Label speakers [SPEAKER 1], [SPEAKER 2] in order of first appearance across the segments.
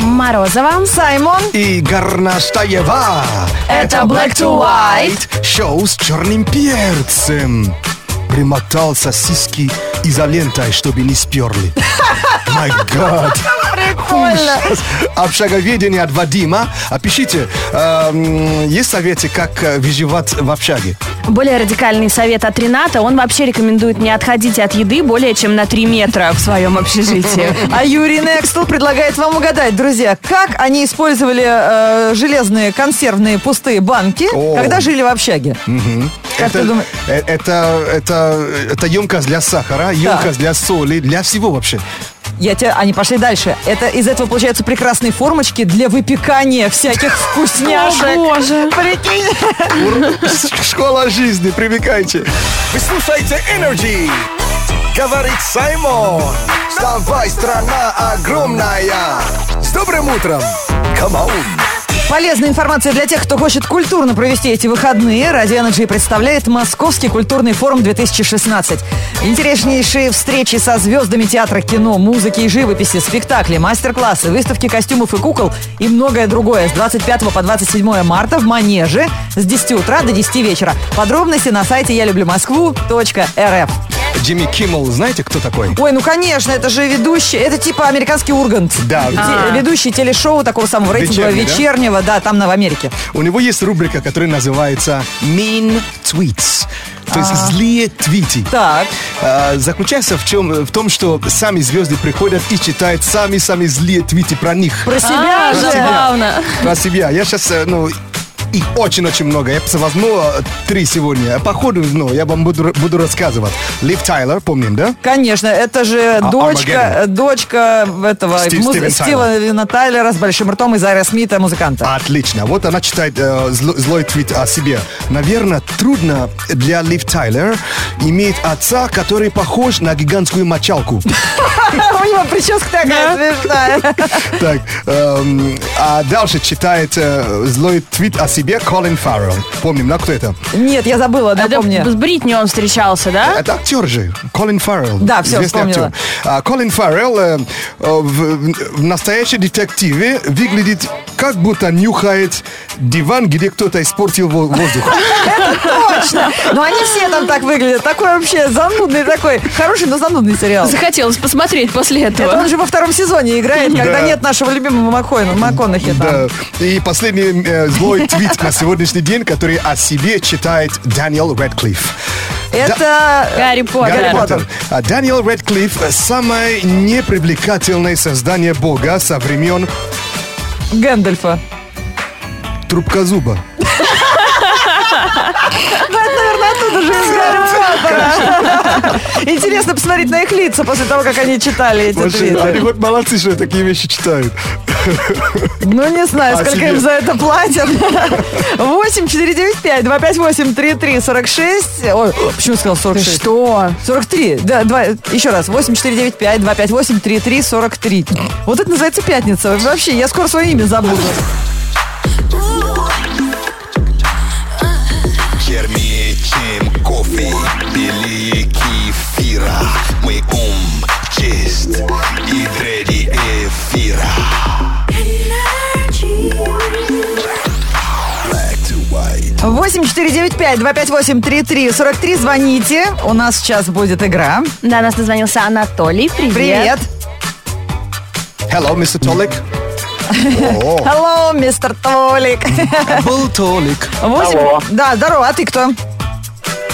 [SPEAKER 1] Морозова.
[SPEAKER 2] Саймон.
[SPEAKER 3] И Горнаштаева.
[SPEAKER 2] Это Black to White.
[SPEAKER 3] Шоу с черным перцем. Примотал сосиски изолентой, чтобы не сперли. My God.
[SPEAKER 2] Прикольно.
[SPEAKER 3] Общаговедение от Вадима. А пишите, эм, есть советы, как э, выживать в общаге?
[SPEAKER 1] Более радикальный совет от Рената. Он вообще рекомендует не отходить от еды более чем на 3 метра в своем общежитии.
[SPEAKER 2] А Юрий Некстл предлагает вам угадать, друзья, как они использовали э, железные консервные пустые банки,
[SPEAKER 3] О.
[SPEAKER 2] когда жили в общаге. Как
[SPEAKER 3] это,
[SPEAKER 2] ты думаешь?
[SPEAKER 3] э, Это, это, это емкость для сахара, емкость для соли, для всего вообще.
[SPEAKER 2] Я тебя, они пошли дальше. Это из этого получаются прекрасные формочки для выпекания всяких вкусняшек.
[SPEAKER 1] О, боже.
[SPEAKER 2] Прикинь.
[SPEAKER 3] Школа жизни, привыкайте.
[SPEAKER 4] Вы слушаете Energy. Говорит Саймон.
[SPEAKER 3] Вставай, страна огромная.
[SPEAKER 4] С добрым утром. Камаун.
[SPEAKER 2] Полезная информация для тех, кто хочет культурно провести эти выходные. Радио Energy представляет Московский культурный форум 2016. Интереснейшие встречи со звездами театра, кино, музыки и живописи, спектакли, мастер-классы, выставки костюмов и кукол и многое другое с 25 по 27 марта в Манеже с 10 утра до 10 вечера. Подробности на сайте я люблю Москву.рф.
[SPEAKER 3] Джимми Киммел, знаете, кто такой?
[SPEAKER 2] Ой, ну конечно, это же ведущий, это типа американский Ургант.
[SPEAKER 3] Да.
[SPEAKER 2] Те-
[SPEAKER 3] А.
[SPEAKER 2] Ведущий телешоу такого самого рейтинга
[SPEAKER 3] Вечерний, да?
[SPEAKER 2] вечернего, да, там на в Америке.
[SPEAKER 3] У него есть рубрика, которая называется Mean Tweets. То есть злые твиты.
[SPEAKER 2] Так.
[SPEAKER 3] А, Заключается в чем? В том, что сами звезды приходят и читают сами-сами злые твиты про них.
[SPEAKER 2] Про себя
[SPEAKER 1] А,
[SPEAKER 2] же.
[SPEAKER 1] забавно.
[SPEAKER 3] Про себя. Я сейчас, ну, и очень-очень много. Я просто возьму э, три сегодня. Походу, ну, я вам буду, буду рассказывать. Лив Тайлер, помним, да?
[SPEAKER 2] Конечно, это же дочка, э, дочка этого
[SPEAKER 3] А, Стив-
[SPEAKER 2] муз-
[SPEAKER 3] Стивен Тайлер.
[SPEAKER 2] Стивена Тайлера с большим ртом и Зайра Смита, музыканта.
[SPEAKER 3] Отлично. Вот она читает э, зло- злой твит о себе. Наверное, трудно для Лив Тайлер иметь отца, который похож на гигантскую мочалку. А.
[SPEAKER 2] У него прическа такая смешная.
[SPEAKER 3] Так, эм, а дальше читает э, злой твит о себе Колин Фаррелл. Помним, да, кто это?
[SPEAKER 2] Нет, я забыла,
[SPEAKER 1] Это
[SPEAKER 2] напомни.
[SPEAKER 1] С Бритни он встречался, да?
[SPEAKER 3] Это актер же, Колин Фаррелл.
[SPEAKER 2] Да, всё,
[SPEAKER 3] известный
[SPEAKER 2] вспомнила.
[SPEAKER 3] актер. А, Колин Фаррелл э, э, в, в настоящем детективе выглядит как будто нюхает диван, где кто-то испортил во- воздух.
[SPEAKER 2] Точно. Ну они все там так выглядят. Такой вообще занудный такой. Хороший, но занудный сериал.
[SPEAKER 1] Захотелось посмотреть после
[SPEAKER 2] Это
[SPEAKER 1] этого.
[SPEAKER 2] он же во втором сезоне играет,
[SPEAKER 3] Да.
[SPEAKER 2] когда нет нашего любимого Маккона- МакКонахи там.
[SPEAKER 3] Да. И последний э, злой твит на сегодняшний день, который о себе читает Даниэл Редклифф.
[SPEAKER 2] Это...
[SPEAKER 1] Гарри Поттер.
[SPEAKER 3] Гарри Поттер. А Даниэл Редклифф – самое непривлекательное создание Бога со времен
[SPEAKER 2] Гэндальфа.
[SPEAKER 3] Трубкозуба.
[SPEAKER 2] Интересно посмотреть на их лица после того, как они читали эти
[SPEAKER 3] Вообще,
[SPEAKER 2] твиты.
[SPEAKER 3] Они вот молодцы, что такие вещи читают.
[SPEAKER 2] Ну, не знаю,
[SPEAKER 3] А
[SPEAKER 2] сколько
[SPEAKER 3] тебе?
[SPEAKER 2] им за это платят. 8 495 258 3346. Ой, почему я сказал 46?
[SPEAKER 1] Что?
[SPEAKER 2] 43. Да, два, еще раз. 8 495 258 3343. Вот это называется пятница. Вообще, я скоро свое имя забуду.
[SPEAKER 4] Чернее, чем кофе. Белее кефира. Мы ум чист и дреди эфира. Black to white.
[SPEAKER 2] 8 495 258 3343. Звоните. У нас сейчас будет игра.
[SPEAKER 1] До нас дозвонился Анатолий. Привет.
[SPEAKER 2] Привет.
[SPEAKER 3] Hello, Mr. Толик. О,
[SPEAKER 2] Hello, мистер Толик.
[SPEAKER 3] был Толик.
[SPEAKER 2] Восемь-
[SPEAKER 5] Алло.
[SPEAKER 2] Да, здорово. А ты кто?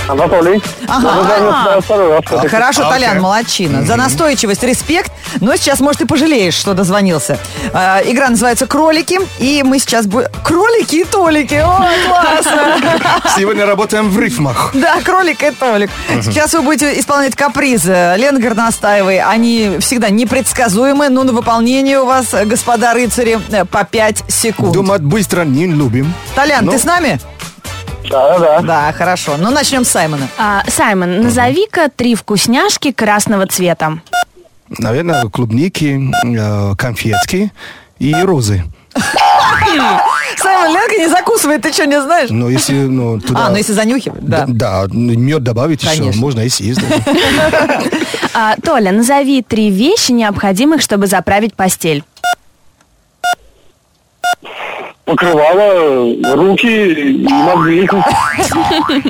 [SPEAKER 5] Анатолий.
[SPEAKER 2] Ага.
[SPEAKER 5] Я звоню в второй раз.
[SPEAKER 2] А, Хорошо,
[SPEAKER 3] окей.
[SPEAKER 2] Толян, молодчина. За настойчивость респект. Но сейчас, может, и пожалеешь, что дозвонился. А, Игра называется «Кролики». И мы сейчас будем... Кролики и толики. О, классно.
[SPEAKER 3] Сегодня работаем в рифмах.
[SPEAKER 2] Да, кролик и толик. Сейчас вы будете исполнять капризы Лены Горностаевой. Они всегда непредсказуемы. Но на выполнение у вас, господа рыцари, э, по 5 секунд.
[SPEAKER 3] Думать быстро не любим.
[SPEAKER 2] Толян,
[SPEAKER 3] Ну.
[SPEAKER 2] ты с нами?
[SPEAKER 5] Да, да, да.
[SPEAKER 2] Да, хорошо. Ну, начнем с Саймона.
[SPEAKER 1] А, Саймон, назови-ка три вкусняшки красного цвета.
[SPEAKER 3] Наверное, клубники, э, конфетки и розы.
[SPEAKER 2] Саймон, Ленка не закусывает, ты что, не знаешь?
[SPEAKER 3] Но если ну, туда...
[SPEAKER 2] А, ну если занюхивать, да.
[SPEAKER 3] Да, мед добавить еще,
[SPEAKER 2] Конечно.
[SPEAKER 3] можно и съесть. даже.
[SPEAKER 1] А, Толя, назови три вещи, необходимых, чтобы заправить постель.
[SPEAKER 5] покрывало руки и ноги.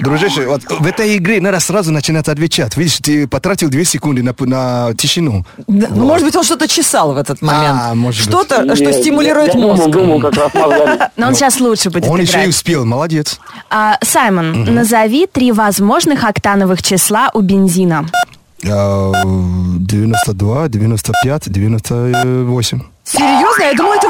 [SPEAKER 3] Дружище, вот в этой игре надо сразу начинать отвечать. Видишь, ты потратил две секунды на, на тишину.
[SPEAKER 2] Да, ну, может быть, он что-то чесал в этот момент.
[SPEAKER 3] А, может быть.
[SPEAKER 2] что-то, что
[SPEAKER 5] Я-
[SPEAKER 2] стимулирует
[SPEAKER 5] я
[SPEAKER 2] мозг.
[SPEAKER 5] Думал, думал, как раз мозгами.
[SPEAKER 1] Но он сейчас лучше будет
[SPEAKER 3] Ну, Он еще и
[SPEAKER 1] играть.
[SPEAKER 3] успел, молодец.
[SPEAKER 1] А, Саймон, назови три возможных октановых числа у бензина.
[SPEAKER 3] Э, 92, 95, 98.
[SPEAKER 2] Серьезно? Я думала, это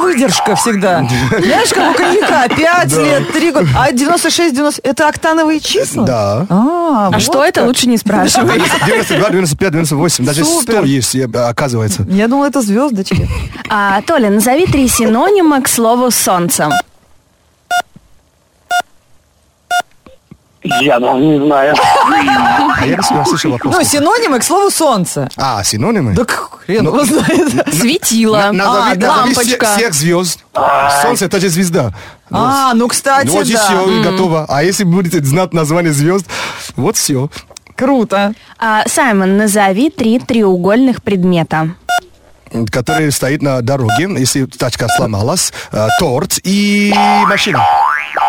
[SPEAKER 2] выдержка всегда. Знаешь, как у коньяка. Пять лет, три года. А 96, 90... Это октановые числа?
[SPEAKER 3] Да.
[SPEAKER 2] А,
[SPEAKER 1] А
[SPEAKER 2] вот
[SPEAKER 1] что это,
[SPEAKER 2] как.
[SPEAKER 1] лучше не спрашивай.
[SPEAKER 3] 92, 95, 98. Даже 100
[SPEAKER 2] Супер.
[SPEAKER 3] есть, я- а, оказывается.
[SPEAKER 2] Я думала, это звездочки.
[SPEAKER 1] А, Толя, назови три синонима к слову «солнце».
[SPEAKER 5] Я даже не знаю.
[SPEAKER 3] А я не всегда слышал вопрос.
[SPEAKER 2] Ну, синонимы к слову солнце.
[SPEAKER 3] А, синонимы?
[SPEAKER 2] Да к- хрен
[SPEAKER 3] Ну,
[SPEAKER 2] его знает.
[SPEAKER 1] Светило,
[SPEAKER 3] На- Назови,
[SPEAKER 1] а,
[SPEAKER 3] назови все-
[SPEAKER 1] лампочка.
[SPEAKER 3] всех звезд. Солнце это же звезда.
[SPEAKER 2] А, ну,
[SPEAKER 3] Ну,
[SPEAKER 2] кстати,
[SPEAKER 3] вот и
[SPEAKER 2] да.
[SPEAKER 3] все, готово. А если будете знать название звезд, вот все.
[SPEAKER 2] Круто.
[SPEAKER 1] А, Саймон, назови три треугольных предмета.
[SPEAKER 3] Который стоит на дороге, если тачка сломалась, э, торт и машина.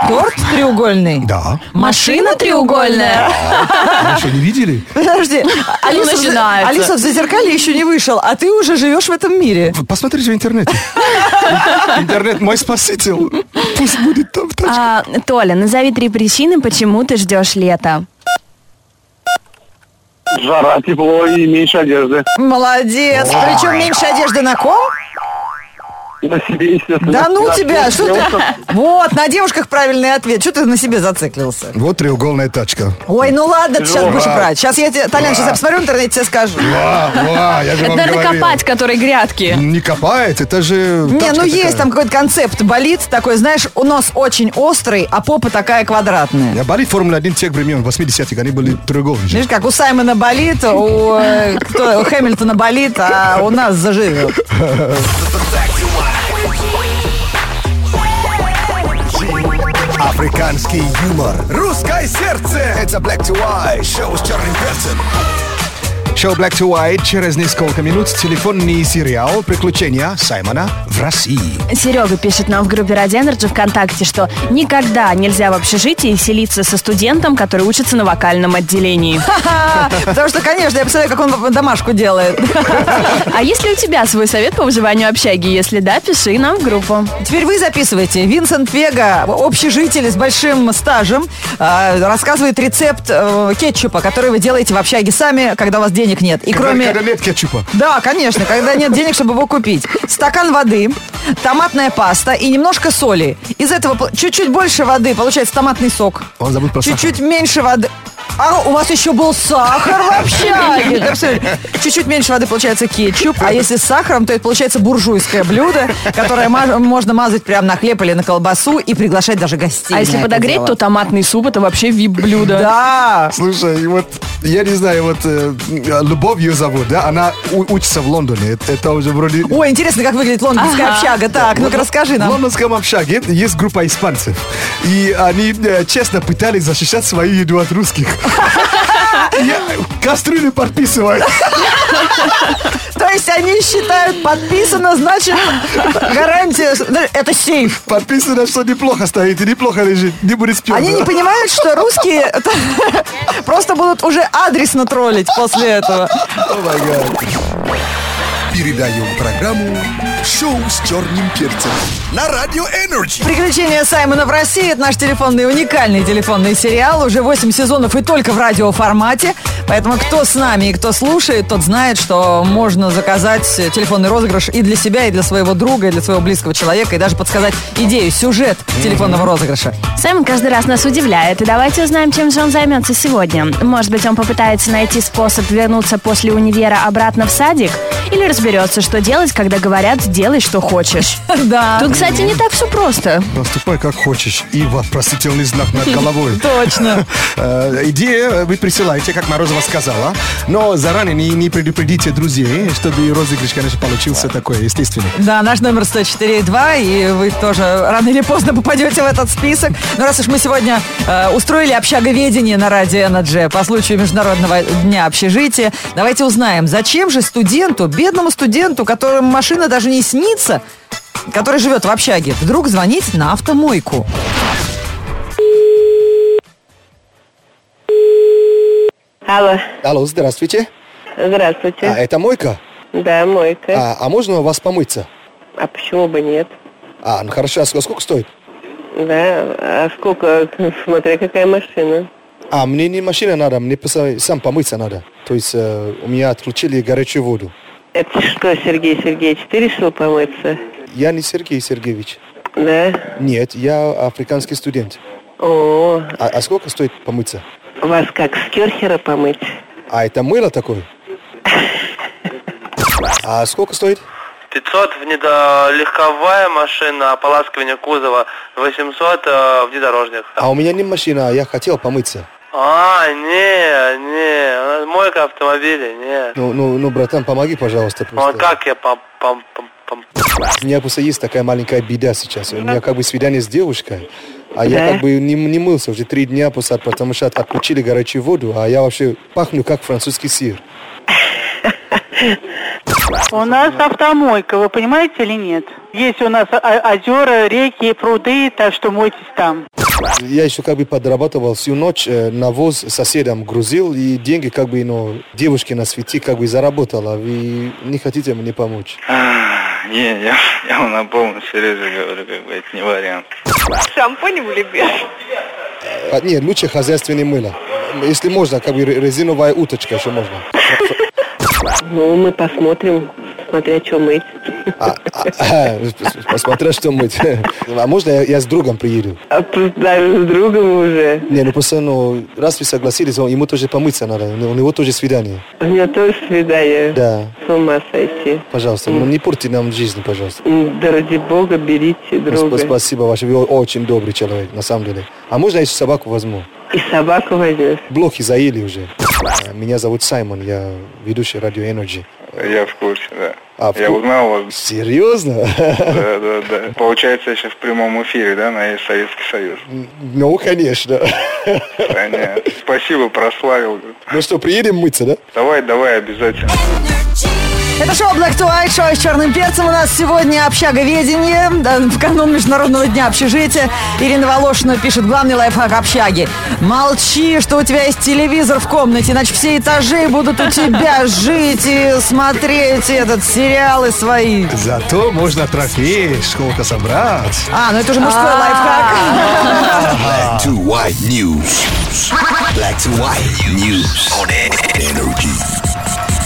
[SPEAKER 2] Торт треугольный.
[SPEAKER 3] Да.
[SPEAKER 1] Машина треугольная.
[SPEAKER 3] Вы что, не видели?
[SPEAKER 2] Подожди, а Алиса, в за-
[SPEAKER 1] начинается.
[SPEAKER 2] Алиса в зазеркалье еще не вышел, а ты уже живешь в этом мире.
[SPEAKER 3] Посмотрите в интернете. Интернет мой спаситель. Пусть будет там тачка.
[SPEAKER 1] А, Толя, назови три причины, почему ты ждешь лето.
[SPEAKER 5] Жара, тепло и меньше одежды.
[SPEAKER 2] Молодец. Причем меньше одежды на ком?
[SPEAKER 5] На себе, естественно.
[SPEAKER 2] Да ну
[SPEAKER 5] Я
[SPEAKER 2] тебя, что ты?
[SPEAKER 5] просто-
[SPEAKER 2] Вот, на девушках правильный ответ. Что ты на себе зациклился?
[SPEAKER 3] Вот треугольная тачка.
[SPEAKER 2] Ой, ну ладно, ты сейчас
[SPEAKER 5] Жора.
[SPEAKER 2] будешь брать. Сейчас я тебе, Толян, сейчас я посмотрю в интернете, тебе скажу.
[SPEAKER 3] Ва, ва, я же
[SPEAKER 1] Это
[SPEAKER 3] вам
[SPEAKER 1] надо
[SPEAKER 3] говорил.
[SPEAKER 1] копать, которые грядки.
[SPEAKER 3] Не копает, это же...
[SPEAKER 2] Не,
[SPEAKER 3] тачка
[SPEAKER 2] ну есть
[SPEAKER 3] такая.
[SPEAKER 2] там какой-то концепт болит такой, знаешь, у нос очень острый, а попа такая квадратная.
[SPEAKER 3] Я болит Формула-1 тех времен, 80-х, они были треугольные. же.
[SPEAKER 2] Видишь, как у Саймона болит, у, э, кто, у Хэмилтона болит, а у нас заживет.
[SPEAKER 4] Африканский юмор. Русское сердце. Это Black to White. Шоу с черным перцем.
[SPEAKER 3] Шоу Black to White через несколько минут. Телефонный сериал «Приключения Саймона в России».
[SPEAKER 1] Серега пишет нам в группе Ради Energy ВКонтакте, что никогда нельзя в общежитии селиться со студентом, который учится на вокальном отделении.
[SPEAKER 2] Ха-ха. Потому что, конечно, я представляю, как он домашку делает.
[SPEAKER 1] А если у тебя свой совет по выживанию общаги? Если да, пиши нам в группу. А
[SPEAKER 2] Теперь вы записываете. Винсент Вега, общежитель с большим стажем, э, рассказывает рецепт э, кетчупа, который вы делаете в общаге сами, когда у вас денег нет. И кроме...
[SPEAKER 3] Когда нет кетчупа.
[SPEAKER 2] Да, конечно, когда нет денег, чтобы его купить. Стакан воды, томатная паста и немножко соли. Из этого по- чуть-чуть больше воды получается томатный сок.
[SPEAKER 3] Он забыл про сахар.
[SPEAKER 2] Чуть-чуть меньше воды. А у вас еще был сахар в общаге. Да всё. Чуть-чуть меньше воды получается кетчуп, а если с сахаром, то это получается буржуйское блюдо, которое маж- можно мазать прямо на хлеб или на колбасу и приглашать даже гостей.
[SPEAKER 1] А если подогреть, то
[SPEAKER 2] то
[SPEAKER 1] томатный суп это вообще вип-блюдо.
[SPEAKER 2] Да.
[SPEAKER 3] Слушай, и вот я не знаю, вот э, Любовь ее зовут, да? Она у- учится в Лондоне. Это, это уже вроде...
[SPEAKER 2] Ой, интересно, как выглядит лондонская
[SPEAKER 1] Ага.
[SPEAKER 2] общага. Так, ну-ка расскажи
[SPEAKER 3] В
[SPEAKER 2] нам.
[SPEAKER 3] лондонском общаге есть группа испанцев. И они э, честно пытались защищать свою еду от русских. Я кастрюлю подписываю.
[SPEAKER 2] То есть они считают, подписано, значит, гарантия, это сейф.
[SPEAKER 3] Подписано, что неплохо стоит и неплохо лежит. Не будет спиона.
[SPEAKER 2] Они не понимают, что русские это, просто будут уже адресно троллить после этого.
[SPEAKER 4] Передаем программу «Шоу с черным перцем» на Радио Энерджи.
[SPEAKER 2] Приключения Саймона в России – это наш телефонный, уникальный телефонный сериал. Уже 8 сезонов и только в радиоформате. Поэтому кто с нами и кто слушает, тот знает, что можно заказать телефонный розыгрыш и для себя, и для своего друга, и для своего близкого человека, и даже подсказать идею, сюжет телефонного розыгрыша.
[SPEAKER 1] Сэм каждый раз нас удивляет, и давайте узнаем, чем же он займется сегодня. Может быть, он попытается найти способ вернуться после универа обратно в садик? Или разберется, что делать, когда говорят «делай, что хочешь».
[SPEAKER 2] Да.
[SPEAKER 1] Тут, кстати, не так все просто.
[SPEAKER 3] Поступай как хочешь. И вопросительный знак над головой.
[SPEAKER 2] Точно.
[SPEAKER 3] Э, Идея вы присылаете, как Морозова сказала, но заранее не, не предупредите друзей, чтобы розыгрыш, конечно, получился такой естественный.
[SPEAKER 2] Да, наш номер 104.2, и вы тоже рано или поздно попадете в этот список. Но раз уж мы сегодня э, устроили общаговедение на радио Energy по случаю Международного дня общежития, давайте узнаем, зачем же студенту, бедному студенту, которому машина даже не снится, который живет в общаге, вдруг звонить на автомойку?
[SPEAKER 6] Алло,
[SPEAKER 3] Алло, здравствуйте.
[SPEAKER 6] здравствуйте.
[SPEAKER 3] А, это мойка?
[SPEAKER 6] Да, мойка.
[SPEAKER 3] А, а можно у вас помыться?
[SPEAKER 6] А почему бы нет?
[SPEAKER 3] А, ну хорошо, а ск- сколько стоит?
[SPEAKER 6] Да, а сколько, смотря какая машина.
[SPEAKER 3] А, мне не машина надо, мне пос- сам помыться надо. То есть э, у меня отключили горячую воду.
[SPEAKER 6] Это что, Сергей Сергеевич, ты решил помыться?
[SPEAKER 3] Я не Сергей Сергеевич.
[SPEAKER 6] Да?
[SPEAKER 3] Нет, я африканский студент.
[SPEAKER 6] О,
[SPEAKER 3] А, а сколько стоит помыться?
[SPEAKER 6] вас как, с керхера помыть?
[SPEAKER 3] А это мыло такое? А сколько стоит?
[SPEAKER 7] 500 в недо- легковая машина, ополаскивание кузова, 800 э, внедорожник.
[SPEAKER 3] А у меня не машина, а я хотел помыться.
[SPEAKER 7] А, не, не, у нас мойка автомобилей, не.
[SPEAKER 3] Ну, ну, ну, братан, помоги, пожалуйста.
[SPEAKER 7] Ну, а
[SPEAKER 3] Просто.
[SPEAKER 7] как я пом... пом, пом, пом-
[SPEAKER 3] У меня просто есть такая маленькая беда сейчас. У меня как бы свидание с девушкой, а я
[SPEAKER 6] Да.
[SPEAKER 3] как бы не, не мылся уже три дня после, потому что отключили горячую воду, а я вообще пахну как французский сыр.
[SPEAKER 8] У нас автомойка, вы понимаете или нет? Есть у нас о- озера, реки, пруды, так что мойтесь там.
[SPEAKER 3] Я еще как бы подрабатывал всю ночь, э, навоз соседям грузил, и деньги как бы, ну, девушке на свете как бы заработала. Вы не хотите мне помочь?
[SPEAKER 9] Не, я, я вам на полном серьезе говорю, как бы это не вариант.
[SPEAKER 6] Шампунем или
[SPEAKER 3] А, нет, лучше хозяйственное мыло. Если можно, как бы ре- резиновая уточка еще можно.
[SPEAKER 6] Ну, мы посмотрим, смотря что мыть.
[SPEAKER 3] А, а, а, посмотря, что мыть. А можно я, я с другом приеду?
[SPEAKER 6] А тут даже с другом уже.
[SPEAKER 3] Не, ну просто, ну, раз вы согласились, он- ему тоже помыться надо, у него- у него тоже свидание.
[SPEAKER 6] У меня тоже свидание.
[SPEAKER 3] Да,
[SPEAKER 6] С ума сойти.
[SPEAKER 3] пожалуйста, ну не порти нам жизнь, пожалуйста.
[SPEAKER 6] М, Да ради бога, берите
[SPEAKER 3] Сп-
[SPEAKER 6] друга.
[SPEAKER 3] Спасибо ваше, вы о- очень добрый человек, на самом деле. А можно я еще собаку возьму?
[SPEAKER 6] И собаку возьмешь.
[SPEAKER 3] Блохи заели уже. А, Меня зовут Саймон, я ведущий радио Energy.
[SPEAKER 9] Я в курсе, да.
[SPEAKER 3] А, в
[SPEAKER 9] я
[SPEAKER 3] ку-
[SPEAKER 9] узнал вас.
[SPEAKER 3] Серьезно?
[SPEAKER 9] Да, да, да. Получается, я сейчас в прямом эфире, да, на «Есть Советский Союз.
[SPEAKER 3] Ну, конечно.
[SPEAKER 9] Понятно. Спасибо, прославил.
[SPEAKER 3] Ну что, приедем мыться, да?
[SPEAKER 9] Давай, давай, обязательно.
[SPEAKER 2] Это шоу Black to White, шоу с черным перцем. У нас сегодня общага ведения в канун Международного дня общежития. Ирина Волошина пишет главный лайфхак общаги. Молчи, что у тебя есть телевизор в комнате, иначе все этажи будут у тебя жить и смотреть этот сериалы свои.
[SPEAKER 4] Зато можно трофей сколько собрать.
[SPEAKER 2] А, ну это уже мужской лайфхак.
[SPEAKER 4] Black to white news. Black to white news on energy.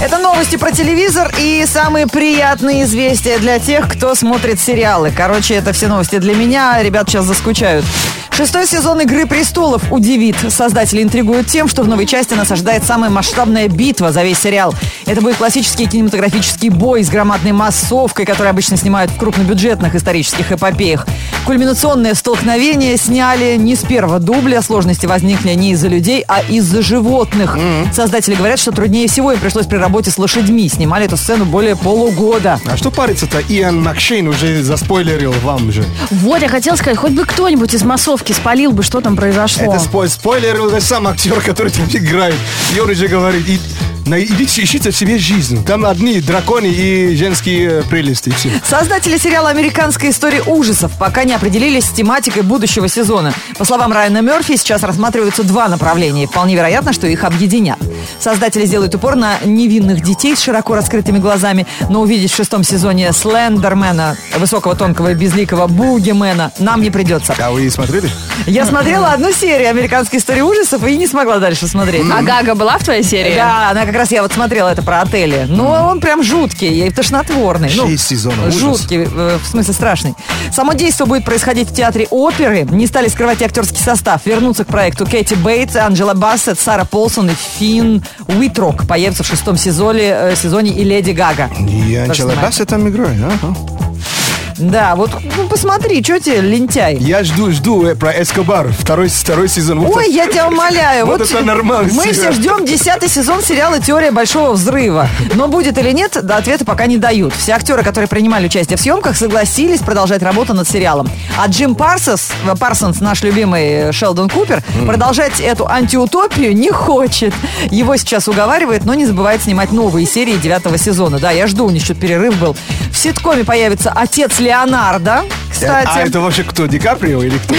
[SPEAKER 2] Это новости про телевизор и самые приятные известия для тех, кто смотрит сериалы. Короче, это все новости для меня. Ребят сейчас заскучают. Шестой сезон «Игры престолов» удивит. Создатели интригуют тем, что в новой части нас ожидает самая масштабная битва за весь сериал. Это будет классический кинематографический бой с громадной массовкой, который обычно снимают в крупнобюджетных исторических эпопеях. Кульминационное столкновение сняли не с первого дубля. Сложности возникли не из-за людей, а из-за животных. Создатели говорят, что труднее всего им пришлось при работе с лошадьми. Снимали эту сцену более полугода.
[SPEAKER 4] А что париться-то? Иэн Макшейн уже заспойлерил вам же.
[SPEAKER 1] Вот, я хотела сказать, хоть бы кто-нибудь из массовки спалил бы, что там произошло.
[SPEAKER 4] Это спой- спойлерил даже сам актер, который там играет. И он уже говорит, «И- на- идите, ищите себе жизнь. Там одни драконы и женские э, прелести. и всё».
[SPEAKER 2] Создатели сериала «Американская история ужасов» пока не определились с тематикой будущего сезона. По словам Райана Мерфи, сейчас рассматриваются два направления. и Вполне вероятно, что их объединят. Создатели сделают упор на невинных детей с широко раскрытыми глазами, но увидеть в шестом сезоне Слендермена, высокого, тонкого и безликого Бугимена нам не придется.
[SPEAKER 4] А вы смотрели?
[SPEAKER 2] Я смотрела одну серию «Американской истории ужасов» и не смогла дальше смотреть.
[SPEAKER 1] А Гага была в твоей серии?
[SPEAKER 2] Да, она как раз, я вот смотрела это про отели. Но он прям жуткий и тошнотворный. Ну,
[SPEAKER 4] Шесть сезонов, ужас.
[SPEAKER 2] Жуткий, э, в смысле страшный. Само действие будет происходить в театре оперы. Не стали скрывать и актерский состав. Вернутся к проекту Кэти Бейтс, Анджела Бассет, Сара Полсон и Финн Уитрок. Появятся в шестом сезоне, э, сезоне и Леди Гага.
[SPEAKER 4] И Анчела
[SPEAKER 2] снимает.
[SPEAKER 4] Бассет там играет. а? ага.
[SPEAKER 2] Да, вот ну, посмотри, что тебе, лентяй.
[SPEAKER 4] Я жду, жду э, про Эскобар. Второй, второй сезон. Вот
[SPEAKER 2] Ой,
[SPEAKER 4] это-
[SPEAKER 2] я тебя умоляю.
[SPEAKER 4] Вот это нормально,
[SPEAKER 2] Мы все
[SPEAKER 4] сериал.
[SPEAKER 2] ждем десятый сезон сериала «Теория большого взрыва». Но будет или нет, до ответа пока не дают. Все актеры, которые принимали участие в съемках, согласились продолжать работу над сериалом. А Джим Парсонс, Парсонс наш любимый э, Шелдон Купер, продолжать эту антиутопию не хочет. Его сейчас уговаривает, но не забывает снимать новые серии девятого сезона. Да, я жду, у них что-то перерыв был. В ситкоме появится отец Леонардо, кстати.
[SPEAKER 3] А это вообще кто, Ди Каприо или кто?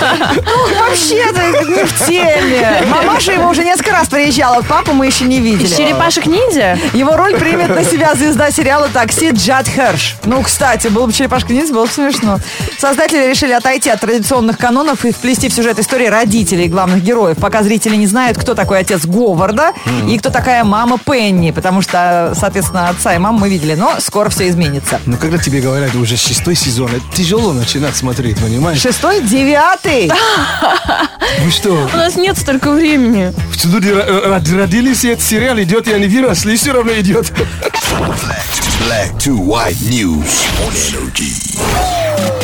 [SPEAKER 2] Вообще ты не в теме. Мамаша его уже несколько раз приезжала, папу мы еще не видели.
[SPEAKER 1] Из черепашек ниндзя?
[SPEAKER 2] Его роль примет на себя звезда сериала «Такси» Джад Херш. Ну, кстати, был бы черепашка ниндзя, было бы смешно. Создатели решили отойти от традиционных канонов и вплести в сюжет истории родителей главных героев, пока зрители не знают, кто такой отец Говарда и кто такая мама Пенни, потому что, соответственно, отца и маму мы видели, но скоро все изменится.
[SPEAKER 3] Ну, когда тебе говорят уже шестой сезон, это тяжело начинать смотреть, понимаешь?
[SPEAKER 2] Шестой, девятый.
[SPEAKER 3] Вы что,
[SPEAKER 1] У нас нет столько времени.
[SPEAKER 3] в люди ро- ро- родились, и этот сериал идет, и они выросли, и все равно идет.
[SPEAKER 4] Black to white news on energy.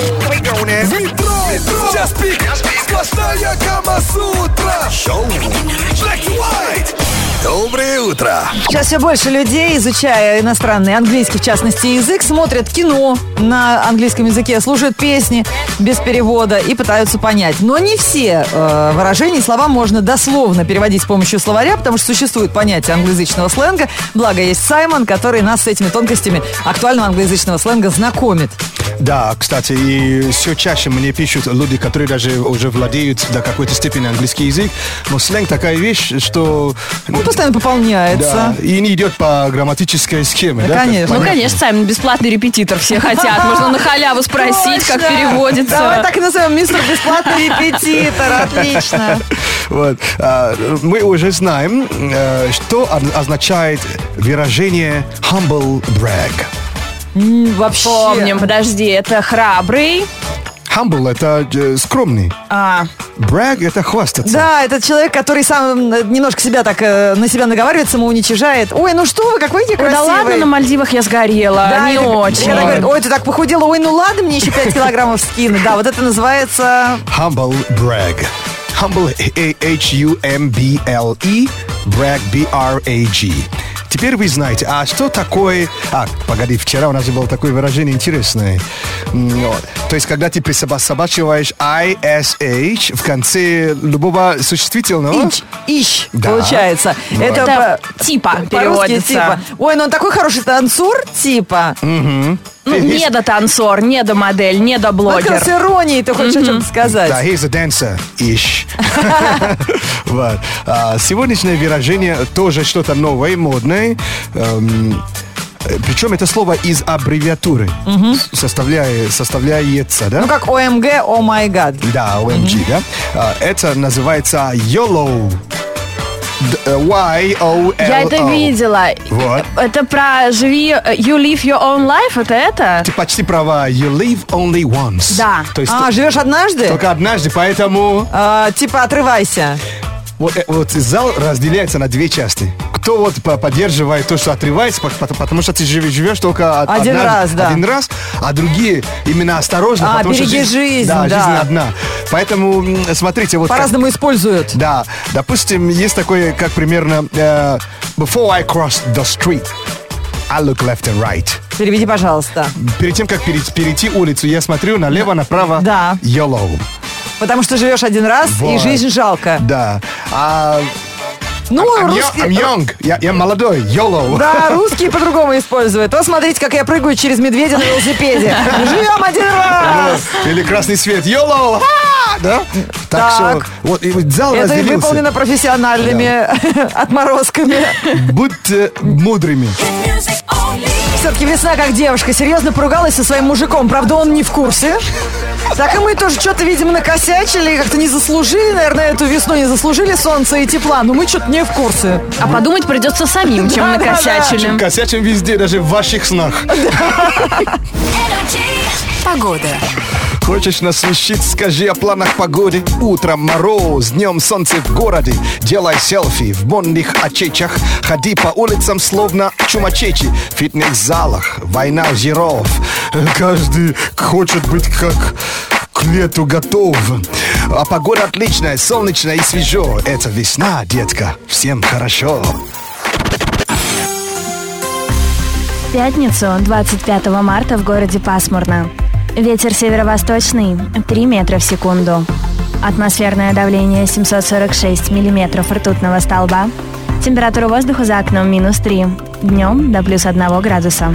[SPEAKER 4] Just speak. Сплошная Камасутра. Шоу. Black to white. Доброе утро.
[SPEAKER 2] Сейчас все больше людей, изучая иностранный, английский в частности, язык, смотрят кино на английском языке, слушают песни без перевода и пытаются понять. Но не все э, выражения и слова можно дословно переводить с помощью словаря, потому что существует понятие англоязычного сленга. Благо есть Саймон, который нас с этими тонкостями актуального англоязычного сленга знакомит.
[SPEAKER 3] Да, кстати, и все чаще мне пишут люди, которые даже уже владеют до какой-то степени английский язык, но сленг такая вещь, что...
[SPEAKER 2] Он постоянно пополняется.
[SPEAKER 3] Да, и не идет по грамматической схеме.
[SPEAKER 2] Да,
[SPEAKER 3] как
[SPEAKER 2] конечно.
[SPEAKER 1] Ну,
[SPEAKER 3] понятно.
[SPEAKER 1] конечно, сами бесплатный репетитор все хотят. Можно на халяву спросить, как
[SPEAKER 2] Точно! Давай
[SPEAKER 1] переводится.
[SPEAKER 2] так и назовем мистер бесплатный репетитор. Отлично.
[SPEAKER 3] Вот. А, Мы уже знаем, э, что о- означает выражение humble brag.
[SPEAKER 2] М, Вообще.
[SPEAKER 1] Помним, подожди, это храбрый.
[SPEAKER 3] Humble – это э, скромный.
[SPEAKER 2] А,
[SPEAKER 3] Brag – e это хвастаться.
[SPEAKER 2] Да, это человек, который сам э, немножко себя так э, на себя наговаривает, самоуничижает. Ой, ну что вы, какой я
[SPEAKER 1] Ой,
[SPEAKER 2] красивый.
[SPEAKER 1] Да ладно, на Мальдивах я сгорела.
[SPEAKER 2] Да,
[SPEAKER 1] Не
[SPEAKER 2] или-
[SPEAKER 1] очень.
[SPEAKER 2] Когда говорят, ой, ты так похудела, ой, ну ладно, мне еще 5 килограммов скину. Да, вот это называется...
[SPEAKER 3] Humble brag. Humble A- H-U-M-B-L-E. E, Brag B-R-A-G. Теперь вы знаете, а что такое... А, погоди, вчера у нас было такое выражение интересное. М, вот. То есть, когда ты присобачиваешь ISH в конце любого существительного...
[SPEAKER 2] Ич, ищ,
[SPEAKER 3] Да.
[SPEAKER 2] получается. Это
[SPEAKER 1] Это
[SPEAKER 2] по-
[SPEAKER 1] типа
[SPEAKER 2] по-русски
[SPEAKER 1] переводится.
[SPEAKER 2] типа. Ой, ну он такой хороший танцур, типа.
[SPEAKER 1] Ну, не до танцор, не до модель, не до
[SPEAKER 2] Вот как
[SPEAKER 1] блогер.
[SPEAKER 2] раз иронией ты хочешь о чем-то
[SPEAKER 3] Да,
[SPEAKER 2] сказать.
[SPEAKER 3] he's a dancer-ish. Вот. А, Сегодняшнее выражение тоже что-то новое, модное. Эм, э, Причем это слово из аббревиатуры составляя, составляется, да?
[SPEAKER 2] Ну как ОМГ, о май гад.
[SPEAKER 3] Да, OMG, да? А, Это называется YOLO. Д- э, Y-O-L-O.
[SPEAKER 1] Я это видела.
[SPEAKER 3] Вот.
[SPEAKER 1] Это про живи, э, you live your own life, это это?
[SPEAKER 3] Ты почти права. You live only once.
[SPEAKER 1] Да.
[SPEAKER 3] То есть
[SPEAKER 2] А, живешь однажды?
[SPEAKER 3] только однажды, поэтому...
[SPEAKER 2] А, типа отрывайся.
[SPEAKER 3] Вот, э, вот зал разделяется на две части. Кто вот по- поддерживает то, что отрывается, пот- пот- потому что ты живешь, живешь только од-
[SPEAKER 2] Один
[SPEAKER 3] однажды-
[SPEAKER 2] раз, да.
[SPEAKER 3] один раз, а другие именно осторожно.
[SPEAKER 2] А,
[SPEAKER 3] потому что
[SPEAKER 2] береги жизнь,
[SPEAKER 3] да,
[SPEAKER 2] да.
[SPEAKER 3] жизнь одна. Поэтому м, смотрите, вот как-
[SPEAKER 2] По-разному используют.
[SPEAKER 3] да, допустим, есть такое, как примерно э, Before I cross the street, I look left and right.
[SPEAKER 2] Переведи, пожалуйста.
[SPEAKER 3] Перед тем, как перейти, перейти улицу, я смотрю налево, направо.
[SPEAKER 2] Да.
[SPEAKER 3] Yellow.
[SPEAKER 2] Потому что живешь один раз, и
[SPEAKER 3] Вот.
[SPEAKER 2] жизнь жалко.
[SPEAKER 3] Да. А,
[SPEAKER 2] Ну,
[SPEAKER 3] I'm, yo-
[SPEAKER 2] русские...
[SPEAKER 3] I'm young. Я, я молодой. Yellow.
[SPEAKER 2] Да, русские по-другому используют. Вот смотрите, как я прыгаю через медведя на велосипеде. Живем один раз!
[SPEAKER 3] Или красный свет. Йоло! А! Да? Так,
[SPEAKER 2] Так.
[SPEAKER 3] что вот и вот зал
[SPEAKER 2] Это и
[SPEAKER 3] разделился.
[SPEAKER 2] выполнено профессиональными отморозками.
[SPEAKER 3] Будьте мудрыми.
[SPEAKER 2] Все-таки весна как девушка серьезно поругалась со своим мужиком. Правда, он не в курсе. Так и мы тоже что-то, видимо, накосячили, как-то не заслужили, наверное, эту весну не заслужили солнца и тепла, но мы что-то не в курсе.
[SPEAKER 1] А подумать придется самим, чем
[SPEAKER 2] Да-да-да.
[SPEAKER 1] накосячили.
[SPEAKER 3] Косячим везде, даже в ваших снах.
[SPEAKER 1] Погода.
[SPEAKER 3] Хочешь нас смешить, скажи о планах погоды. Утром мороз, днем солнце в городе. Делай селфи в модных очечах. Ходи по улицам, словно чумачечи. В фитнес-залах война жиров. Каждый хочет быть как к лету готов. А погода отличная, солнечная и свежо. Это весна, детка, всем хорошо.
[SPEAKER 1] В пятницу, 25 марта, в городе пасмурно. Ветер северо-восточный 3 метра в секунду. Атмосферное давление 746 миллиметров ртутного столба. Температура воздуха за окном минус 3. Днем до плюс 1 градуса.